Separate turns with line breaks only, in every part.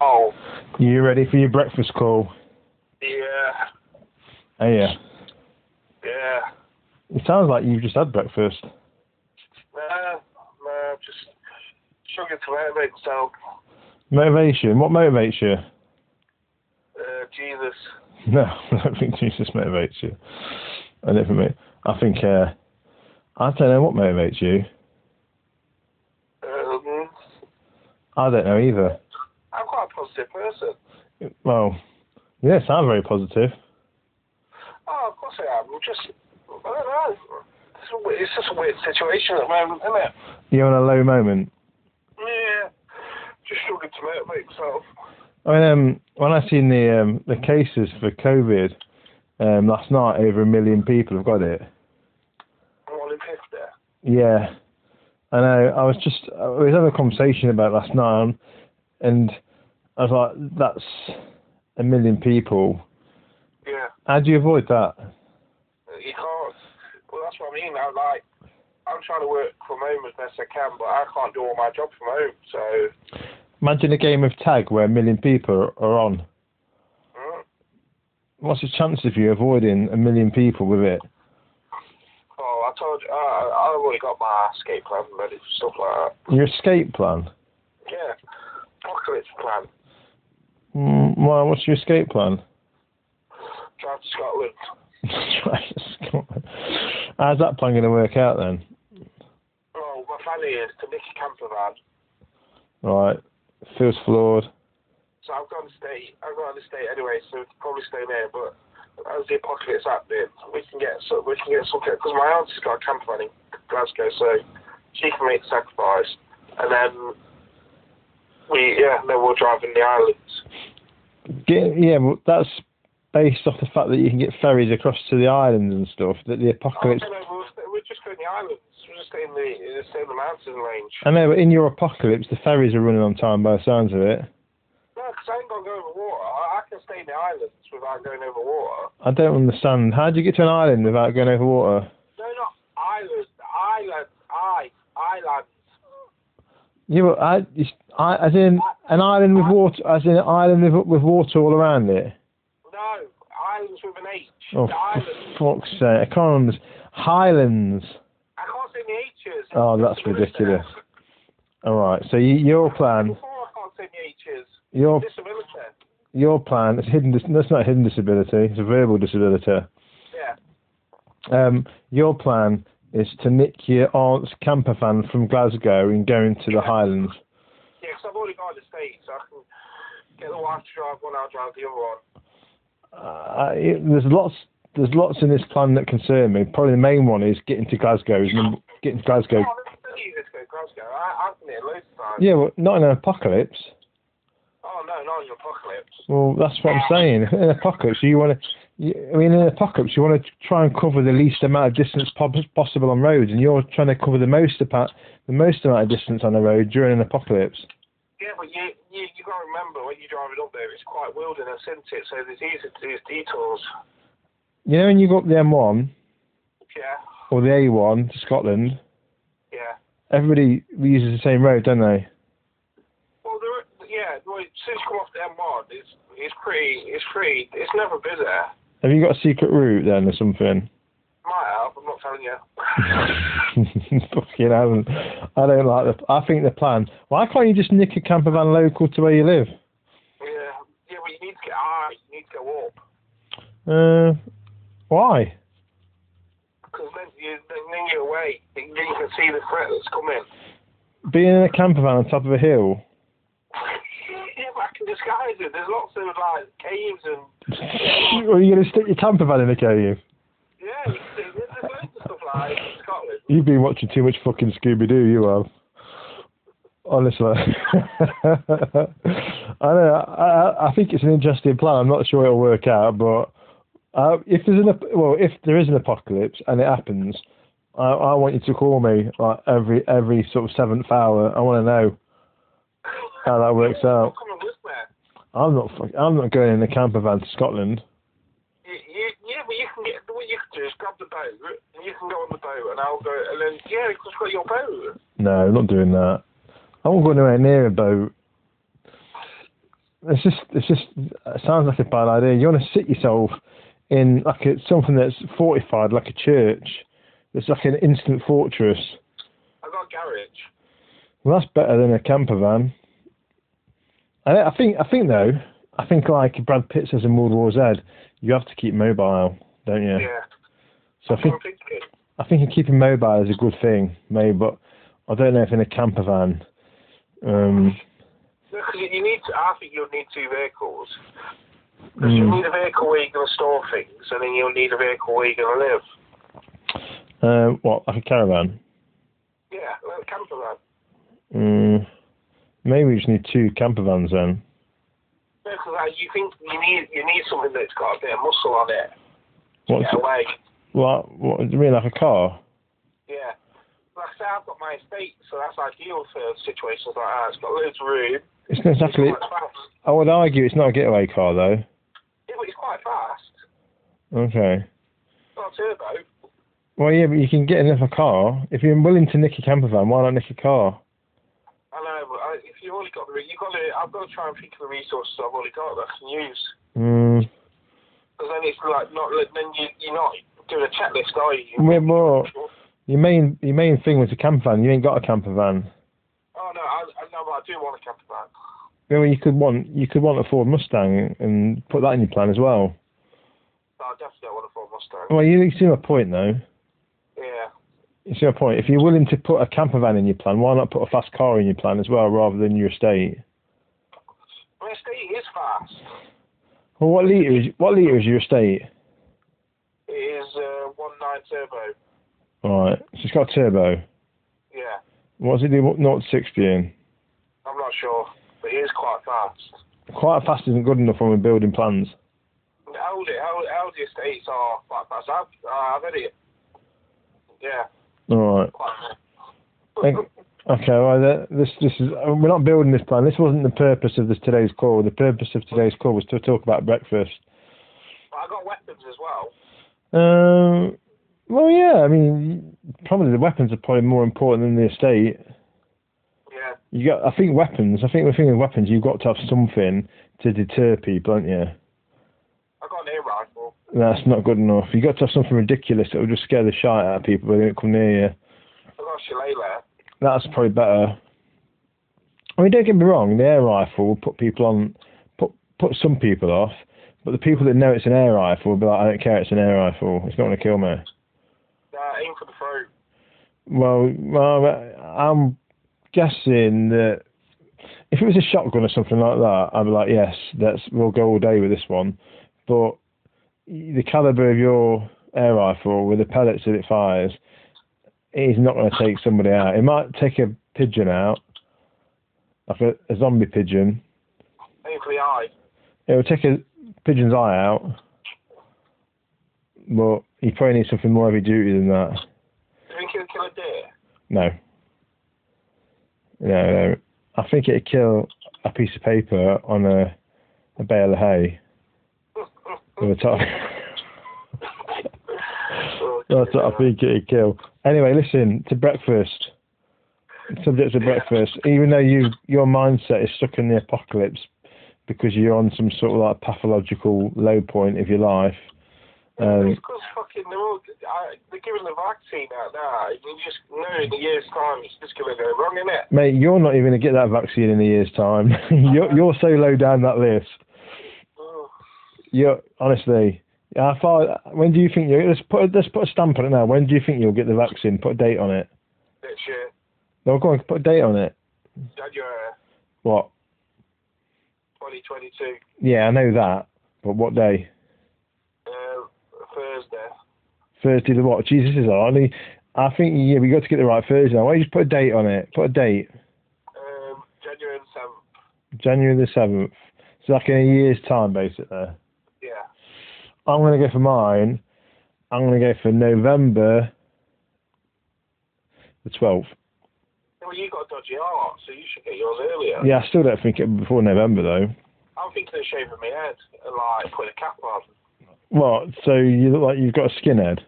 Oh,
You ready for your breakfast call?
yeah,
Oh yeah.
yeah.
It sounds like you've just had breakfast.
Nah, nah, just struggling to motivate myself.
Motivation. What motivates you?
Uh, Jesus.
No, I don't think Jesus motivates you. I don't think. mo- I think. Uh, I don't know what motivates you.
Um,
I don't know either.
I'm quite a positive person.
Well, you don't sound very positive.
Oh, of course I am. I'm just, I don't know. It's, a, we- it's just a weird situation at the moment, isn't it?
You're on a low moment.
Yeah. Just struggling to motivate myself.
I mean, um, when I seen the um, the cases for COVID um, last night, over a million people have got it.
I'm one in 50.
Yeah, I know. I was just I was having a conversation about it last night, um, and I was like, "That's a million people.
Yeah.
How do you avoid that?"
You can't. Well, that's what I mean. I'm like, I'm trying to work from home as best I can, but I can't do all my job from home. So,
Imagine a game of tag where a million people are on.
mm,
What's the chance of you avoiding a million people with it?
oh, I told you, uh, I've already got my escape plan ready for stuff like that.
Your escape plan?
Yeah, apocalypse plan.
Mm, well, what's your escape plan?
Drive to Scotland.
How's that plan going to work out then?
Oh, my family is to Nicky Campervan.
Right, feels flawed.
So I've gone to stay. I've got to stay anyway, so we can probably stay there. But as the apocalypse happening, we can get so we can get something because my auntie's got a camper van in Glasgow, so she can make the sacrifice, and then we yeah, then we'll drive in the islands.
Get, yeah, well, that's based off the fact that you can get ferries across to the islands and stuff. That the apocalypse.
Oh, no, no, we'll, stay, we'll just go in the islands. We'll just stay in the uh, stay in the mountain range.
I know, but in your apocalypse, the ferries are running on time by the sounds of it.
No, because I ain't gonna go over water. I, I can stay in the islands without going over water.
I don't understand. How do you get to an island without going over water?
No, not islands. Island. I island.
Yeah, but I, it's, I, as in an island with water, as in an island with, with water all around it.
No, islands with an H.
Oh,
the
for
islands.
fuck's sake! I can't remember. Highlands.
I can't say the H's.
Oh, that's ridiculous. Um, All right. So you, your plan,
Before I can't say the H's.
your
Disability.
your plan. It's hidden. dis- That's not a hidden disability. It's a verbal disability.
Yeah.
Um, your plan is to nick your aunt's camper van from Glasgow and go into the Highlands.
Yeah, because I've already got an estate, so I can get the wife to drive one, I'll drive the other one.
Uh, it, there's lots. There's lots in this plan that concern me. Probably the main one is getting to Glasgow. is number- Getting to Glasgow.
Oh, this is easy to go to Glasgow. I, I've been here loads of times.
Yeah, well, not in an apocalypse.
Oh, no, not in the apocalypse.
Well, that's what I'm saying. In an apocalypse, you want to. I mean, in an apocalypse, you want to try and cover the least amount of distance po- possible on roads, and you're trying to cover the most apa- the most amount of distance on a road during an apocalypse.
Yeah, but you you you got to remember when you're driving up there, it's quite wilderness, isn't it? So it's easy to do detours.
You know, when you go up the M1
Yeah,
or the A1 to Scotland,
yeah.
everybody uses the same road, don't they?
Well, there, yeah. Well, since you come off the M1, it's it's pretty it's pretty it's never busy.
Have you got a secret route then or something?
Might have, I'm not telling you.
Fucking haven't. I don't like the. I think the plan. Why can't you just nick a camper van local to where you live?
yeah, yeah, but you need to get high, you need to go up,
Uh, why?
because then you then, then you're away, then you can see the threat that's coming.
Being in a camper van on top of a hill.
yeah, but I can disguise it. There's lots of like caves and
Or are you going to stick your camper van in a cave?
yeah, you can see, there's there's loads of stuff like in Scotland.
You've been watching too much fucking Scooby Doo, you have. Honestly, I don't know. I, I- I think it's an interesting plan. I'm not sure it'll work out, but uh, if there's an ap- well, if there is an apocalypse and it happens, I, I want you to call me like every Oh, every sort of seventh hour. I want to know how that works out.
Come and with me.
I'm not. fuck- I'm not going in the camper van to Scotland.
You, you, yeah, but you can get what you can do is grab the boat and you can go on the boat and I'll go and then yeah, because I've got your boat.
No, not doing that. I won't go anywhere near a boat. It's just, it's just, it sounds like a bad idea. You want to sit yourself in like a, something that's fortified, like a church. It's like an instant fortress.
I've got a garage.
Well, that's better than a camper van. I, I think, I think though, I think like Brad Pitt says in World War Z, you have to keep mobile, don't you?
Yeah.
So I think,
I'm thinking.
I think keeping mobile is a good thing, maybe, but I don't know if in a camper van. Um,
Because you need to, I think you'll need two vehicles. 'Cause
Hmm.
you'll need a vehicle where you're going to store things, and then you'll need a vehicle where you're going to live.
Uh, what, like a caravan?
Yeah, like a camper van.
Mm, maybe we just need two camper vans then.
Because like, you think you need you need something that's got a bit of muscle on it. to
What's,
Get away.
what, what, do you mean like a car?
Yeah. Like I say, I've got my estate, so that's ideal for situations like that. It's got loads of room.
It's not
It's
exactly,
quite fast.
I would argue it's not a getaway car though.
Yeah, but it's quite fast.
Okay.
It's not a turbo.
Well, yeah, but you can get another car. If you're willing to nick a camper van, why not nick a car?
I know, but I, if you've already got the, re- you've got to, I've got to try and think of the resources I've already got that I can use.
Mm,
Because then it's like not, then you, you're not doing a checklist, are you? Oh,
we're more, your main, your main thing was a camper van. You ain't got a camper van.
Oh no, I, I know, but I do want a camper van.
I mean, you could want, you could want a Ford Mustang and put that in your plan as well.
No, I definitely don't want a Ford Mustang.
Well, you see my point though.
Yeah.
It's your point. If you're willing to put a camper van in your plan, why not put a fast car in your plan as well, rather than your estate?
My estate is fast.
Well, what liter is what liter is your estate?
It is uh, one nine turbo.
All right, so it's got a turbo.
Yeah,
What's it do? Not sixty in.
I'm not sure, but it is quite fast.
Quite fast isn't good enough when we're building plans.
And How old, how, how old the estates are quite fast. I've, uh, I've had it. Yeah,
All right.
quite fast.
Thank- Okay. Well, that, this this is uh, we're not building this plan. This wasn't the purpose of this today's call. The purpose of today's call was to talk about breakfast.
But I got weapons as well.
Um. Well, yeah. I mean, probably the weapons are probably more important than the estate.
Yeah,
You got, I think weapons. I think the thing with weapons, you've got to have something to deter people, haven't you?
I got an air rifle.
That's not good enough. You've got to have something ridiculous that will just scare the shit out of people. They don't come near you.
I got a shillelagh.
That's probably better. I mean, don't get me wrong. The air rifle will put people on, put put some people off. But the people that know it's an air rifle will be like, I don't care. It's an air rifle. It's not going to kill me.
Uh, aim for the throat.
Well, well, I'm guessing that if it was a shotgun or something like that, I'd be like, yes, that's we'll go all day with this one. But the caliber of your air rifle with the pellets that it fires is not going to take somebody out. It might take a pigeon out, like a, a zombie pigeon.
Aim for the eye.
It will take a pigeon's eye out, but you probably need something more heavy duty than that.
Do you think it'll kill a deer?
No. No, no. I think it'd kill a piece of paper on a, a bale of hay with a top.
Oh,
That's what I think it'd kill. Anyway, listen to breakfast. Subject to breakfast. Even though you your mindset is stuck in the apocalypse because you're on some sort of like pathological low point of your life. Um,
It's because fucking they're all I, they're giving the vaccine out now. You just know in a year's time it's just gonna go wrong, isn't it?
mate, you're not even gonna get that vaccine in a year's time. you're you're so low down that list.
Oh,
Yeah, honestly. How far? When do you think you? Let's put a, let's put a stamp on it now. When do you think you'll get the vaccine? Put a date on it.
that shit.
No, go on, put a date on it.
January
What?
2022,
Yeah, I know that, but what day?
uh, Thursday.
Thursday the what? Jesus is on. I mean, I think yeah, we got to get the right Thursday. Why don't you just put a date on it? Put a date,
Um, January the 7th.
January the seventh. So like in a year's time, basically.
Yeah.
I'm gonna go for mine. I'm gonna go for November the twelfth.
Well, you got a dodgy heart, so you should get yours earlier.
Yeah, I still don't think it before November though.
I'm I'm thinking of shaving my head and like putting a cap on.
What? So you look like you've got a skinhead.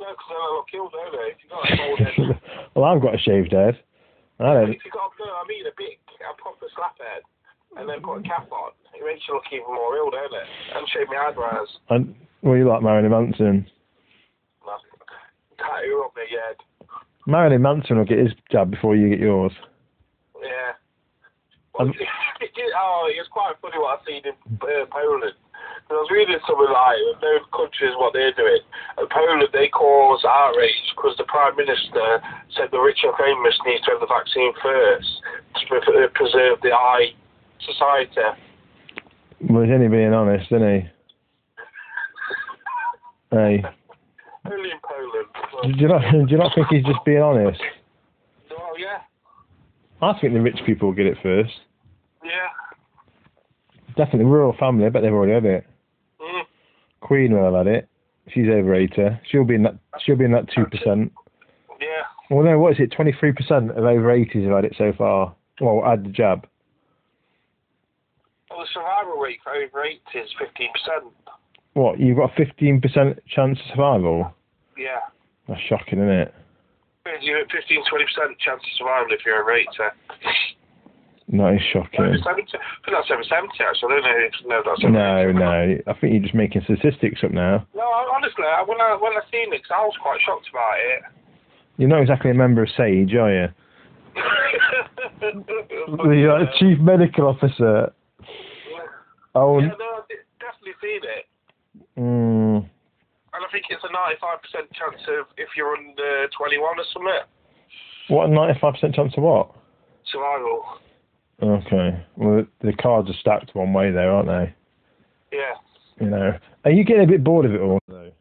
No, because then I look ill, don't they? If you got a bald head,
well, I've got a shaved head. I don't.
if you got no, I mean a big, a proper slap head, and then put a cap on, it makes you look even more ill, don't it? And shave my eyebrows.
I, well, you like Marilyn Manson.
Like, tattoo on my head.
Marilyn Manson will get his jab before you get yours.
Yeah.
Um,
It did- oh, it was quite funny what I seen in uh, Poland. 'Cause I was reading something like of those countries what they're doing. In Poland, they cause outrage because the prime minister said the rich and famous need to have the vaccine first to pre- uh, preserve the high society.
Well, he's only being honest, isn't he? Hey,
Only in Poland.
do you not do you not think he's just being honest?
Oh yeah,
I think the rich people will get it first.
yeah.
Definitely rural family. I bet they've already had it.
Mm.
Queen will have had it. She's over eighty. She'll be in that. She'll be in that two percent.
Yeah,
Well, no, what is it? Twenty three percent of over eighties have had it so far. Well, add the jab.
well, the survival rate for over 80 is 15%.
What? You've got a fifteen percent chance of survival.
Yeah,
That's shocking, isn't it?
you have a 15 20% chance of survival if you're over 80.
That is
Over
shocking.
70, I think that's over 70 actually. I don't know if no, that's over
No,
70.
no. I think you're just making statistics up now.
No, I- honestly, I- when I when I seen it, 'cause I was quite shocked about it.
You're not exactly a member of SAGE, are you? The uh, chief medical officer. Oh,
yeah, no, I did- definitely seen it,
mm,
and I think it's a 95% chance of if you're under 21 or something
what? Ninety-five percent chance of what?
survival.
Okay. Well, the cards are stacked one way there, aren't they?
Yeah.
You know. Are you getting a bit bored of it all? No.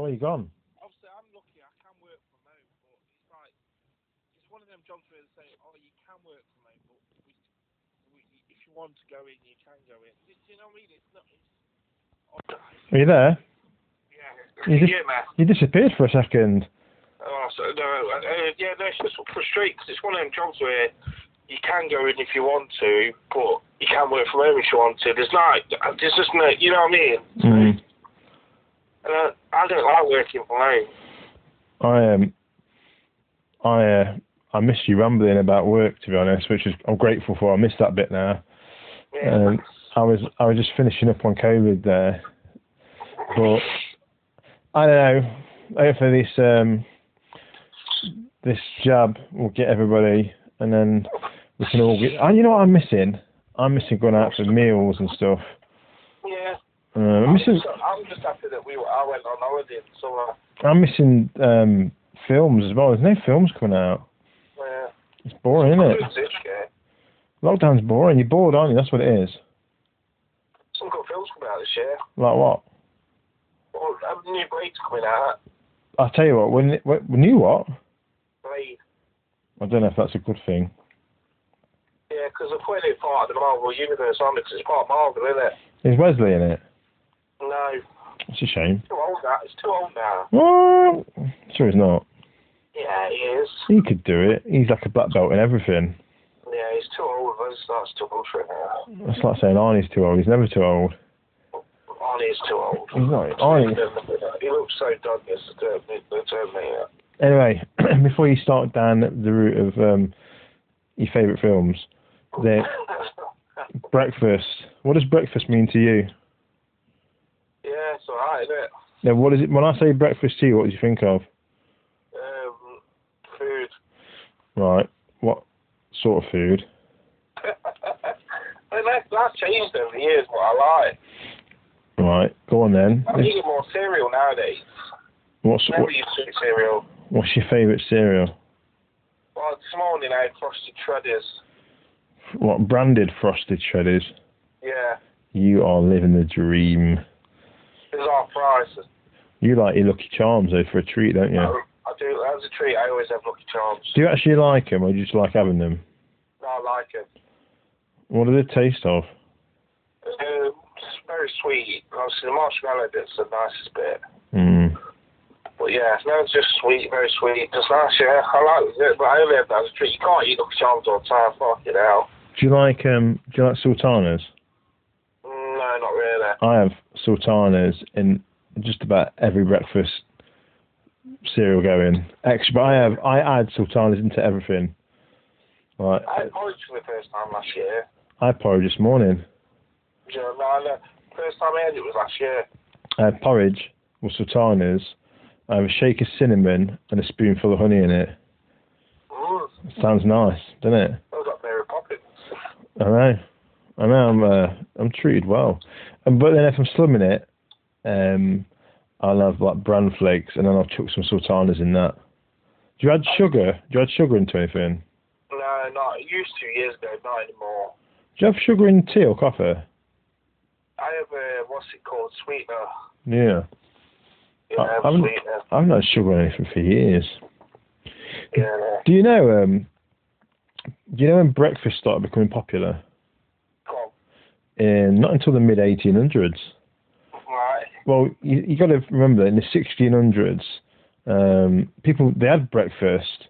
Oh, you're gone.
Obviously, I'm lucky. I can work from home, but it's like it's one of them jobs where they say, "Oh, you can work from home, but we, we, if you want to go in, you can go in." Do you know what I mean? It's not. It's,
Are you there?
yeah.
You just-
yeah, man.
You disappeared for a second.
Oh, so, no, uh, yeah, no, it's just frustrating because it's one of them jobs where you can go in if you want to, but you can work from home if you want to. There's not, there's just no, you know what I mean?
Mm.
And I, I don't like working from home.
I um, I uh, I miss you rambling about work to be honest, which is I'm grateful for. I miss that bit now.
Yeah.
Um, I was I was just finishing up on COVID there, but I don't know. Hopefully this um this jab will get everybody, and then we can all get. And you know what I'm missing? I'm missing going out for meals and stuff.
yeah.
Um, I'm
I'm
missing
just, I'm just happy that we were, I went on holiday in summer.
I'm missing um films as well. There's no films coming out.
Yeah.
It's boring, isn't it?
Yeah.
Lockdown's boring. You're bored, aren't you? That's what it is.
Some good films coming out this year.
Like what?
Well, um, new Blade's coming out.
I tell you what. When, when new what?
Blade.
I don't know if that's a good thing.
Yeah, because they're putting it part of the Marvel universe on because it's part of Marvel, isn't it?
Is Wesley in it?
No,
It's a shame.
too old now. It's too old now.
Well, sure he's not.
Yeah, he is.
He could do it. He's like a black belt in everything.
Yeah, he's too old. That's, that's too old for him now.
That's like saying Arnie's too old. He's never too old.
Arnie's too old.
He's not. Arnie.
He looks so done this uh, the Terminator.
Anyway, before you start down the route of um, your favourite films, the breakfast. What does breakfast mean to you?
yeah, it's alright, isn't it?
Now, what is it? When I say breakfast to you, what do you think of?
Um, food.
Right. What sort of food?
And that, that's changed over the years, what I like.
Right. Go on then.
I'm eating more cereal nowadays.
What's what,
Never used to eat cereal.
what's your favourite cereal?
Well, this morning I had frosted shredders.
What branded frosted shredders?
Yeah,
You are living the dream.
it was half price.
You like your Lucky Charms though for a treat, don't you?
I do, as a treat, I always have Lucky Charms.
Do you actually like them, or do you just like having them?
I like it.
What do they taste of?
Um, it's very sweet. Obviously, the marshmallow bit's the nicest bit.
Mm.
But yeah, no, it's just sweet, very sweet. Just nice, yeah. I like it, but I only have that as a treat. You can't eat Lucky Charms all the time, fucking hell.
Do you like um? Do you like sultanas?
Mm, No, not really.
I have sultanas in just about every breakfast cereal going. Extra, but I have I add sultanas into everything. Like
I had porridge for the first time last year.
I had porridge this morning.
Do you know, no, I know- first time I had it was last year.
I had Uh, porridge with sultanas. I have a shake of cinnamon and a spoonful of honey in it.
Mm,
Sounds nice, doesn't it?
I got Mary Poppins.
I know. I know. I'm uh, I'm treated well, and but then if I'm slumming it, um, I'll have like bran flakes, and then I'll chuck some sultanas in that. Do you add sugar? Do you add sugar into anything?
No, not it used to years ago, not anymore.
Do you have sugar in tea or coffee?
I have a what's it called sweetener.
Uh, Yeah,
Yeah, I have
I'm-
sweetener.
I've not had sugar in anything for years.
Yeah, no.
Do you know? Um, do you know when breakfast started becoming popular?
Cool.
In not until the mid 1800s.
Right.
Well, you, you got to remember in the 1600s, um, people they had breakfast,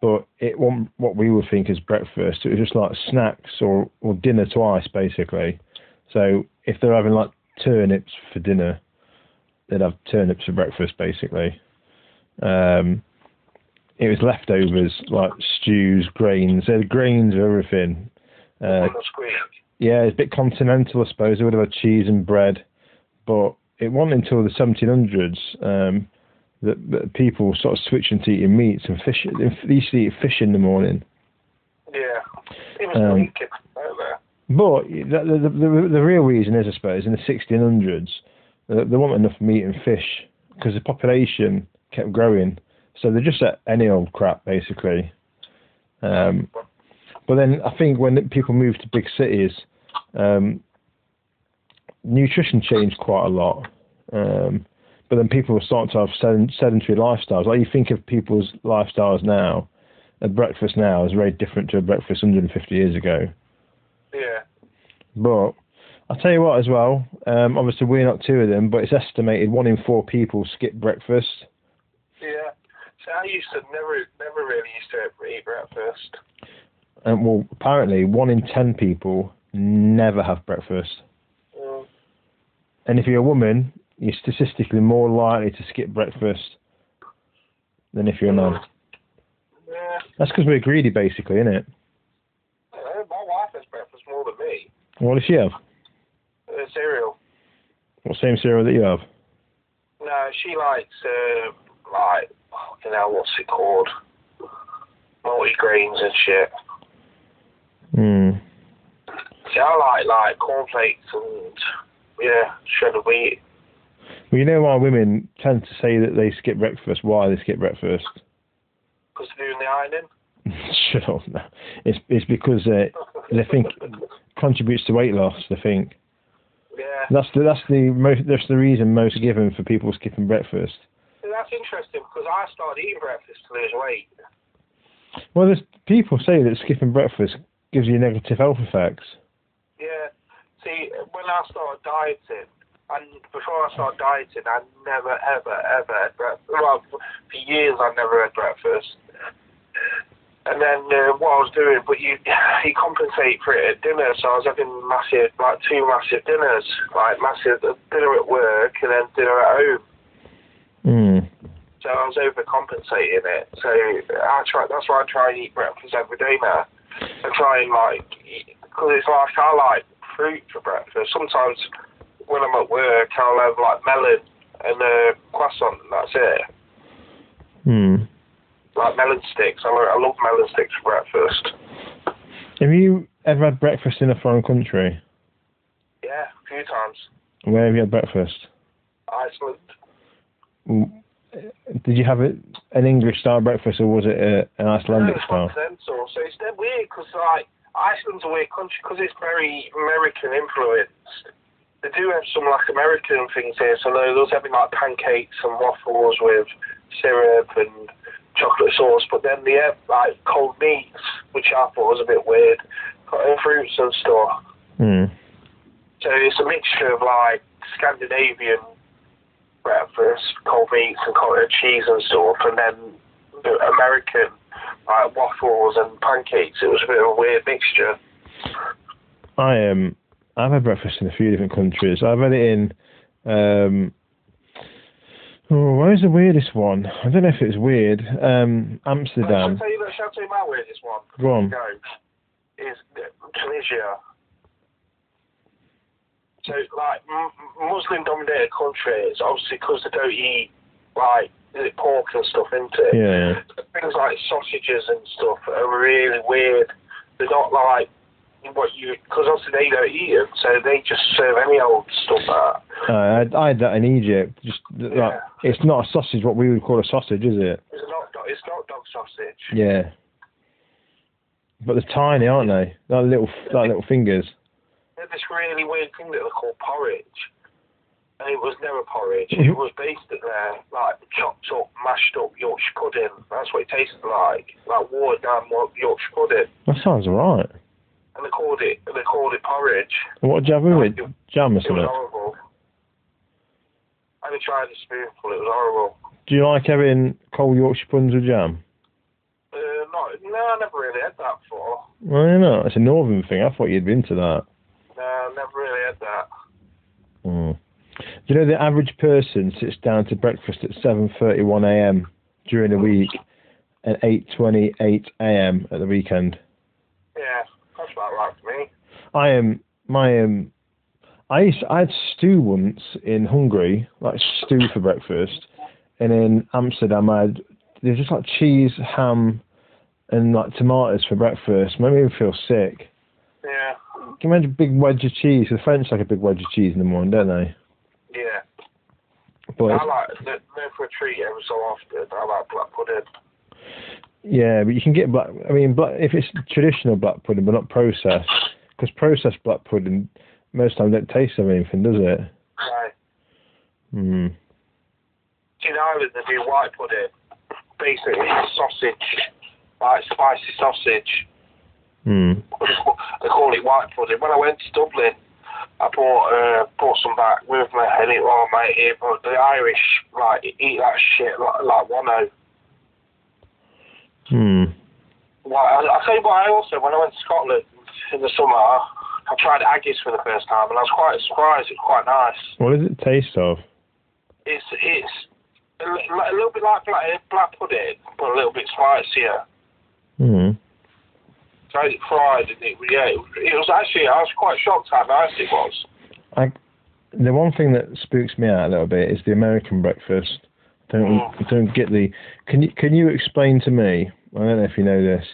but it wasn't what we would think is breakfast. It was just like snacks or, or dinner twice, basically. So if they're having like turnips for dinner, they'd have turnips for breakfast, basically. Um, it was leftovers like stews, grains. They had grains of everything. Uh,
On the squeak.
yeah, it's a bit continental, I suppose. They would have had cheese and bread, but it wasn't until the 1700s um, that, that people started switching to eating meats and fish. They used to eat fish in the morning.
Yeah. It was
Um,
um, wicked over
But the, the, the, the real reason is, I suppose, in the 1600s, uh, there wasn't enough meat and fish because the population kept growing. So they just ate any old crap, basically. Um, but then I think when people moved to big cities, um, nutrition changed quite a lot. Um, but then people were starting to have sed- sedentary lifestyles. Like you think of people's lifestyles now, a breakfast now is very different to a breakfast 150 years ago.
Yeah.
But I'll tell you what, as well, um, obviously we're not two of them, but it's estimated one in four people skip breakfast.
Yeah. So I used to never never really used to eat breakfast.
And well, apparently, one in ten people never have breakfast.
Mm.
And if you're a woman, you're statistically more likely to skip breakfast than if you're a man.
Yeah.
That's because we're greedy, basically, isn't it?
I don't know, Uh, My wife has breakfast more than me.
What does she have?
Uh, cereal.
What same cereal that you have?
No, she likes um like you know what's it called? Multigrains and shit.
Mm.
See, I like like cornflakes and yeah, shredded wheat.
Well, you know why women tend to say that they skip breakfast. Why they skip breakfast?
Because they're doing the ironing.
Shut up. No. It's it's because uh, they think contributes to weight loss. They think
Yeah,
that's the that's the most that's the reason most given for people skipping breakfast.
See, that's interesting because I started eating breakfast to lose weight.
Well, there's people say that skipping breakfast gives you negative health effects.
Yeah. See, when I started dieting, and before I started dieting, I never, ever, ever had breakfast. Well, f- for years I never had breakfast. And then uh, what I was doing, but you you compensate for it at dinner, so I was having massive, like two massive dinners, like massive dinner at work and then dinner at home.
Mm.
So I was overcompensating it. So I try. That's why I try and eat breakfast every day now. I try and like, because it's like I like fruit for breakfast. Sometimes when I'm at work, I'll have like melon and a croissant. And that's it.
Mm.
Like melon sticks. I love, I love melon sticks for breakfast.
Have you ever had breakfast in a foreign country?
Yeah, a few times.
Where have you had breakfast?
Iceland.
Mm. Did you have it an English style breakfast or was it a, an Icelandic
It's
style?
continental, so it's dead weird because like Iceland's a weird country because it's very American influenced. They do have some like American things here, so they was having like pancakes and waffles with syrup and chocolate sauce, but then they have like cold meats, which I thought was a bit weird, and fruits and stuff.
Mm.
So it's a mixture of like Scandinavian breakfast, cold meats and cottage cheese and stuff, and then the American like waffles and pancakes. It was a bit of a weird mixture.
I um I've had breakfast in a few different countries. I've had it in um oh, where's the weirdest one? I don't know if it's weird. Um
Shall I
Amsterdam.
tell you, look, shall I tell you my weirdest one?
Go on.
No. Is uh, Tunisia. So, like, m- Muslim dominated countries, obviously, because they don't eat, like, is it pork and stuff, isn't it?
Yeah.
Things like sausages and stuff are really weird. They're not like what you, because obviously they don't eat them, so they just serve any old stuff out.
Uh, I, I had that in Egypt. Just th- like, it's not a sausage, what we would call a sausage, is it?
It's not, it's not dog sausage.
Yeah. But they're tiny, aren't they? Like little, like little fingers.
They're this really weird thing that they call porridge. And it was never porridge. It was basically like chopped up, mashed up Yorkshire pudding. That's what it tasted like, like watered down wa- Yorkshire pudding.
That sounds alright.
And they called it, and they called it porridge.
And What did you have with it? Jam or
It was
something?
horrible. I only tried a spoonful. It was horrible.
Do you like having cold Yorkshire puddings with jam?
Uh, not, no, I never really had that before.
Well, you know, it's a northern thing. I thought you'd been to that.
No, I never really had that.
Mm. You know, the average person sits down to breakfast at 7:31 a.m. during the week and 8:28 a.m. at the weekend.
Yeah, that's about right for me.
I am my um, I used I had stew once in Hungary, like stew for breakfast, and in Amsterdam I had there's just like cheese, ham, and like tomatoes for breakfast. Made me feel sick.
Yeah,
Can you imagine a big wedge of cheese? The French like a big wedge of cheese in the morning, don't they?
yeah.
But
I like, no, no for a treat every so often. I like black pudding.
Yeah, but you can get black. I mean, black, if it's traditional black pudding, but not processed, because processed black pudding most time don't taste of anything, does it?
Right.
Mm.
In Ireland, they do white pudding. Basically, it's sausage, like spicy sausage.
Mm.
They call- they call it white pudding. When I went to Dublin, I bought uh, bought some back with me, and it oh mate, it, but the Irish like eat that shit like, like wano.
Mm.
Well, I, I tell you what, I also when I went to Scotland in the summer, I tried haggis for the first time, and I was quite surprised. It's quite nice.
What does it taste of?
It's it's a, li- a little bit like black, black pudding, but a little bit spicier.
Mm.
Got it fried, and it, yeah, it, it was actually, I was quite shocked how nice it was.
I, the one thing that spooks me out a little bit is the American breakfast. Don't
Mm.
don't get the. Can you can you explain to me? I don't know if you know this.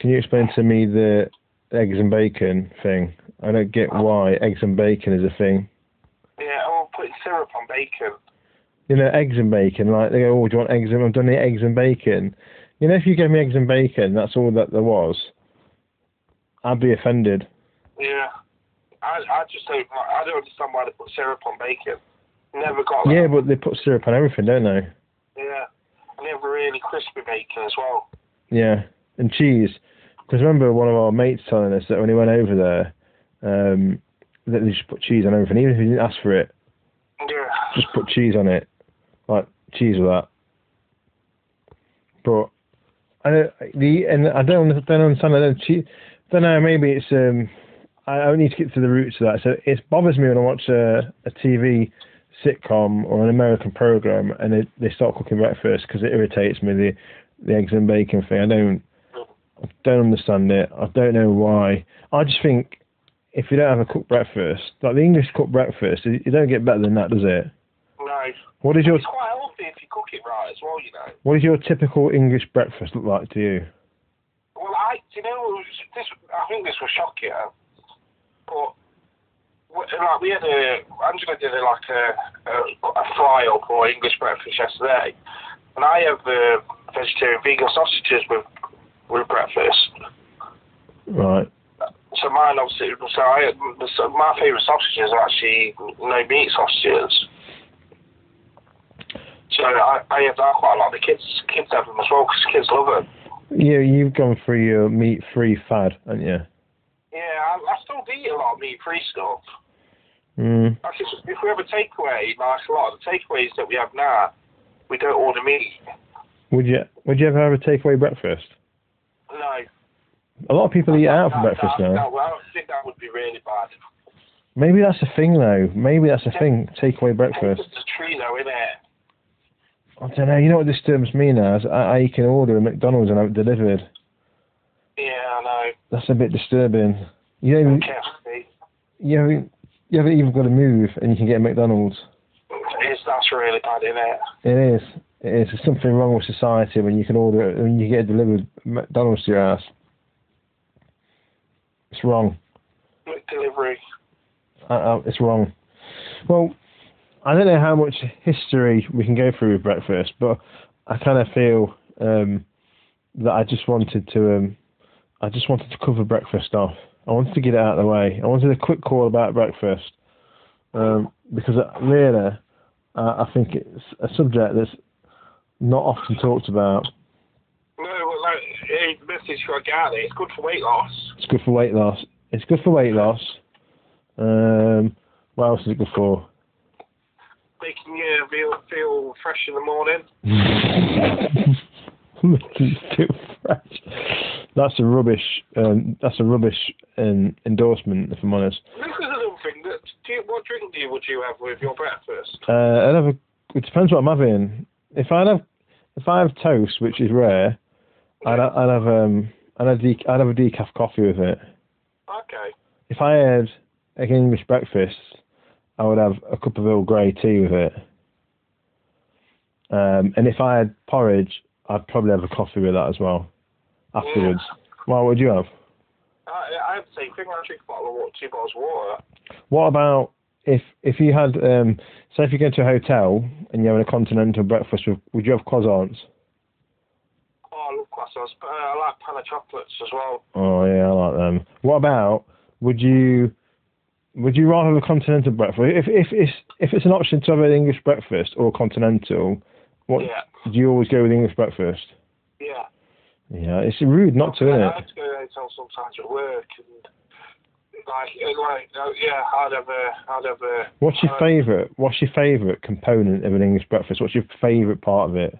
Can you explain to me the eggs and bacon thing? I don't get why eggs and bacon is a thing.
Yeah, oh, putting syrup on bacon.
you know, eggs and bacon. Like they go, oh, do you want eggs and I've done the eggs and bacon. You know, if you gave me eggs and bacon, that's all that there was. I'd be offended.
Yeah. I, I just don't, I don't understand why they put syrup on bacon. Never got that.
Yeah, but they put syrup on everything, don't they?
Yeah. And they have really crispy bacon as well.
Yeah, and cheese. Because remember, one of our mates telling us that when he went over there, um, that they just put cheese on everything, even if he didn't ask for it,
Yeah.
just put cheese on it, like cheese with that. But I don't the and I don't I don't understand. I don't cheese. Don't know. Maybe it's um. I, I need to get to the roots of that. So it bothers me when I watch a, a TV sitcom or an American program and they, they start cooking breakfast because it irritates me the the eggs and bacon thing. I don't I don't understand it. I don't know why. I just think if you don't have a cooked breakfast, like the English cooked breakfast, you you don't get better than that, does it?
No.
What is your
It's quite healthy if you cook it right as well, you know.
what does your typical English breakfast look like to you?
Well, I, do you know, this, I think this will shock you, but w- like we had a, Angela did a, like a, a, a fry up or English breakfast yesterday, and I have uh, vegetarian vegan sausages with with breakfast.
Right.
So mine obviously, so I, so my favourite sausages are actually no meat sausages. So I, I have that quite a lot. The kids kids have them as well because kids love them.
Yeah, you've gone for your meat free fad, haven't you?
Yeah, I, I still do eat a lot of meat free stuff.
Mm.
Like if, if we have a takeaway, like a lot of the takeaways that we have now, we don't order meat.
Would you would you ever have a takeaway breakfast?
No.
A lot of people eat out for breakfast
that,
now.
That, well, I don't think that would be really bad.
Maybe that's a thing though. Maybe that's a thing. Take away breakfast.
It's a tree now, isn't it?
I don't know. You know what disturbs me now is I, I can order a McDonald's and have it delivered.
Yeah, I know.
That's a bit disturbing. You don't even,
KFC.
you haven't, you haven't even got to move and you can get a McDonald's.
It's, that's really bad, isn't it?
It is. It is. There's something wrong with society when you can order when you get a delivered McDonald's to your house. It's wrong.
Delivery.
Uh, uh, it's wrong. Well, I don't know how much history we can go through with breakfast, but I kind of feel um, that I just wanted to, um, I just wanted to cover breakfast off. I wanted to get it out of the way. I wanted a quick call about breakfast um, because uh, really, uh, I think it's a subject that's not often talked about.
No, well, like, hey, the message you got to get out there. It's good for weight loss.
It's good for weight loss. It's good for weight loss. Um, what else is it good for?
Making you feel, feel fresh in the morning.
Making you feel fresh. That's a rubbish. Um, that's a rubbish um, endorsement, if I'm honest.
This is another thing. That, do you, what drink do you, would you have with your breakfast?
Uh, I'd have a, it depends what I'm having. If I have, if I have toast, which is rare, I'd, ha- I'd have um, I'd have, dec- I'd have a decaf coffee with it.
Okay.
If I had an English breakfast, I would have a cup of Earl Grey tea with it. Um, and if I had porridge, I'd probably have a coffee with that as well afterwards. Well, What would you have?
Uh, I, I have the same thing. I drink a bottle of water, two bottles of water.
What about if if you had, um, say, if you go to a hotel and you're having a continental breakfast, with, would you have croissants?
Oh, I love croissants, but uh, I like pan of chocolates as well.
Oh yeah, I like them. What about would you would you rather have a continental breakfast? If if it's if it's an option to have an English breakfast or a continental, what
Yeah.
do you always go with English breakfast?
Yeah.
Yeah, it's rude not to,
I
innit?
have to go to the hotel sometimes at work and like, and like uh, yeah, I'd have a, I'd have a.
What's your
I'd-
favourite? What's your favourite component of an English breakfast? What's your favourite part of it?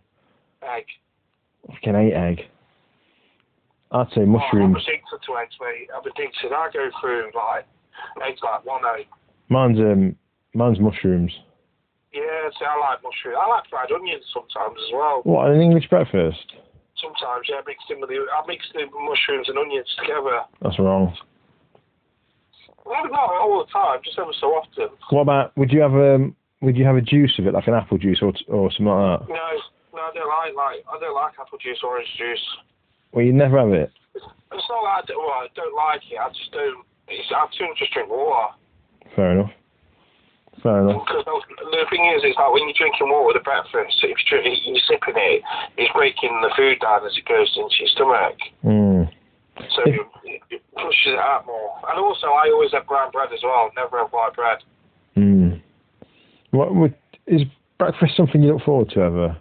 Egg.
Fucking eight egg. I'd say
Oh, I'm
mushrooms.
addicted to eggs, mate. I'm addicted. I go through like eggs like one egg.
Mine's um, mine's mushrooms.
Yeah, see, I like mushrooms. I like fried onions sometimes as well.
What an English breakfast?
Sometimes, yeah, mixed in with the, I mix the mushrooms and onions together.
That's wrong.
Well, not all the time, just ever so often.
What about? Would you have um? Would you have a juice of it, like an apple juice or or something like that?
No, no, I don't like like I don't like apple juice, orange juice.
Well, you never have it.
It's not like I don't, well, I don't like it. I just don't. It's, I too just drink water.
Fair enough. Fair enough.
Because the thing is, it's like when you're drinking water at breakfast, if you're, drink- you're sipping it, it's breaking the food down as it goes into your stomach.
Mm.
So it, it pushes it out more. And also, I always have brown bread as well. Never have white bread.
Mm. What would is breakfast something you look forward to ever?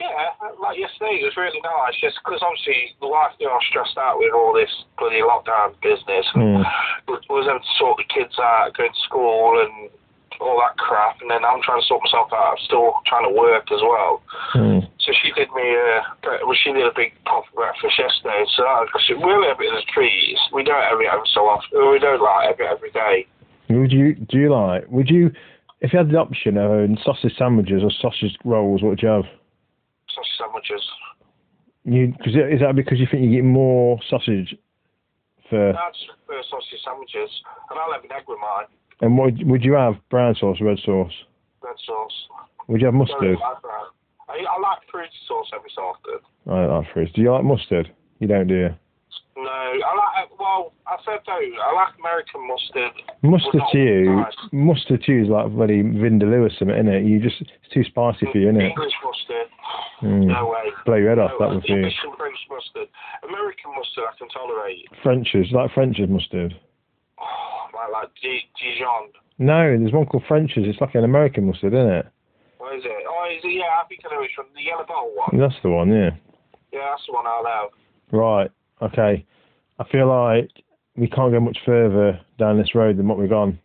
Yeah, like yesterday, it was really nice. Just because obviously the wife knew I was stressed out with all this bloody lockdown business.
Mm.
We was having to sort the kids out, going to school and all that crap. And then I'm trying to sort myself out. I'm still trying to work as well.
Mm.
So she did me a well, she did a big pop breakfast yesterday. So that, cause we only have it in the trees. We don't have it every so often. We don't like have it every day.
Would you do you like? Would you if you had the option of having sausage sandwiches or sausage rolls? What would you have?
Sausage sandwiches.
You because is that because you think you get more sausage for?
That's uh, sausage sandwiches, and I'll have an egg with mine.
And what would you have? Brown sauce, red sauce?
Red sauce.
Would you have
Don't
mustard?
like that. I, I like fruity sauce every so often.
I don't like fruits. Do you like mustard? You don't, do you?
No, I like. uh, Well, I said though, I like American mustard.
Mustard
Well,
to you,
no.
mustard to you is like bloody vindaloo or something, innit? You just it's too spicy for you, innit?
English mustard.
Mm.
No way.
Blow your head off.
No,
That would be
English and French mustard. American mustard I can tolerate.
French's, like French's mustard.
Oh, I like Di- Dijon.
No, there's one called French's. It's like an American mustard, isn't it?
What is it? Oh, is it? Yeah, I think I know which one. The yellow bottle one.
That's the one, yeah.
Yeah, that's the one I'll have.
Right. Okay. I feel like we can't go much further down this road than what we've gone.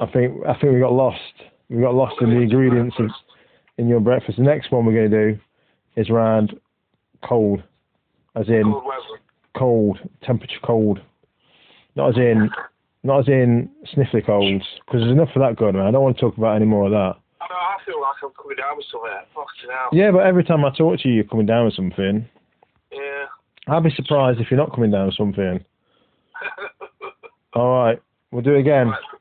I think I think we got lost. We got lost in the ingredients of in your breakfast. The next one we're going to do is around cold, as in
Cold weather.
cold temperature, cold. Not as in, not as in sniffly colds, because there's enough of that going around. I don't want to talk about any more of that.
I know, I feel like I'm coming down with somewhere. Fucking hell.
Yeah, but every time I talk to you, you're coming down with something.
Yeah.
I'd be surprised if you're not coming down with something. All right, we'll do it again.
Right.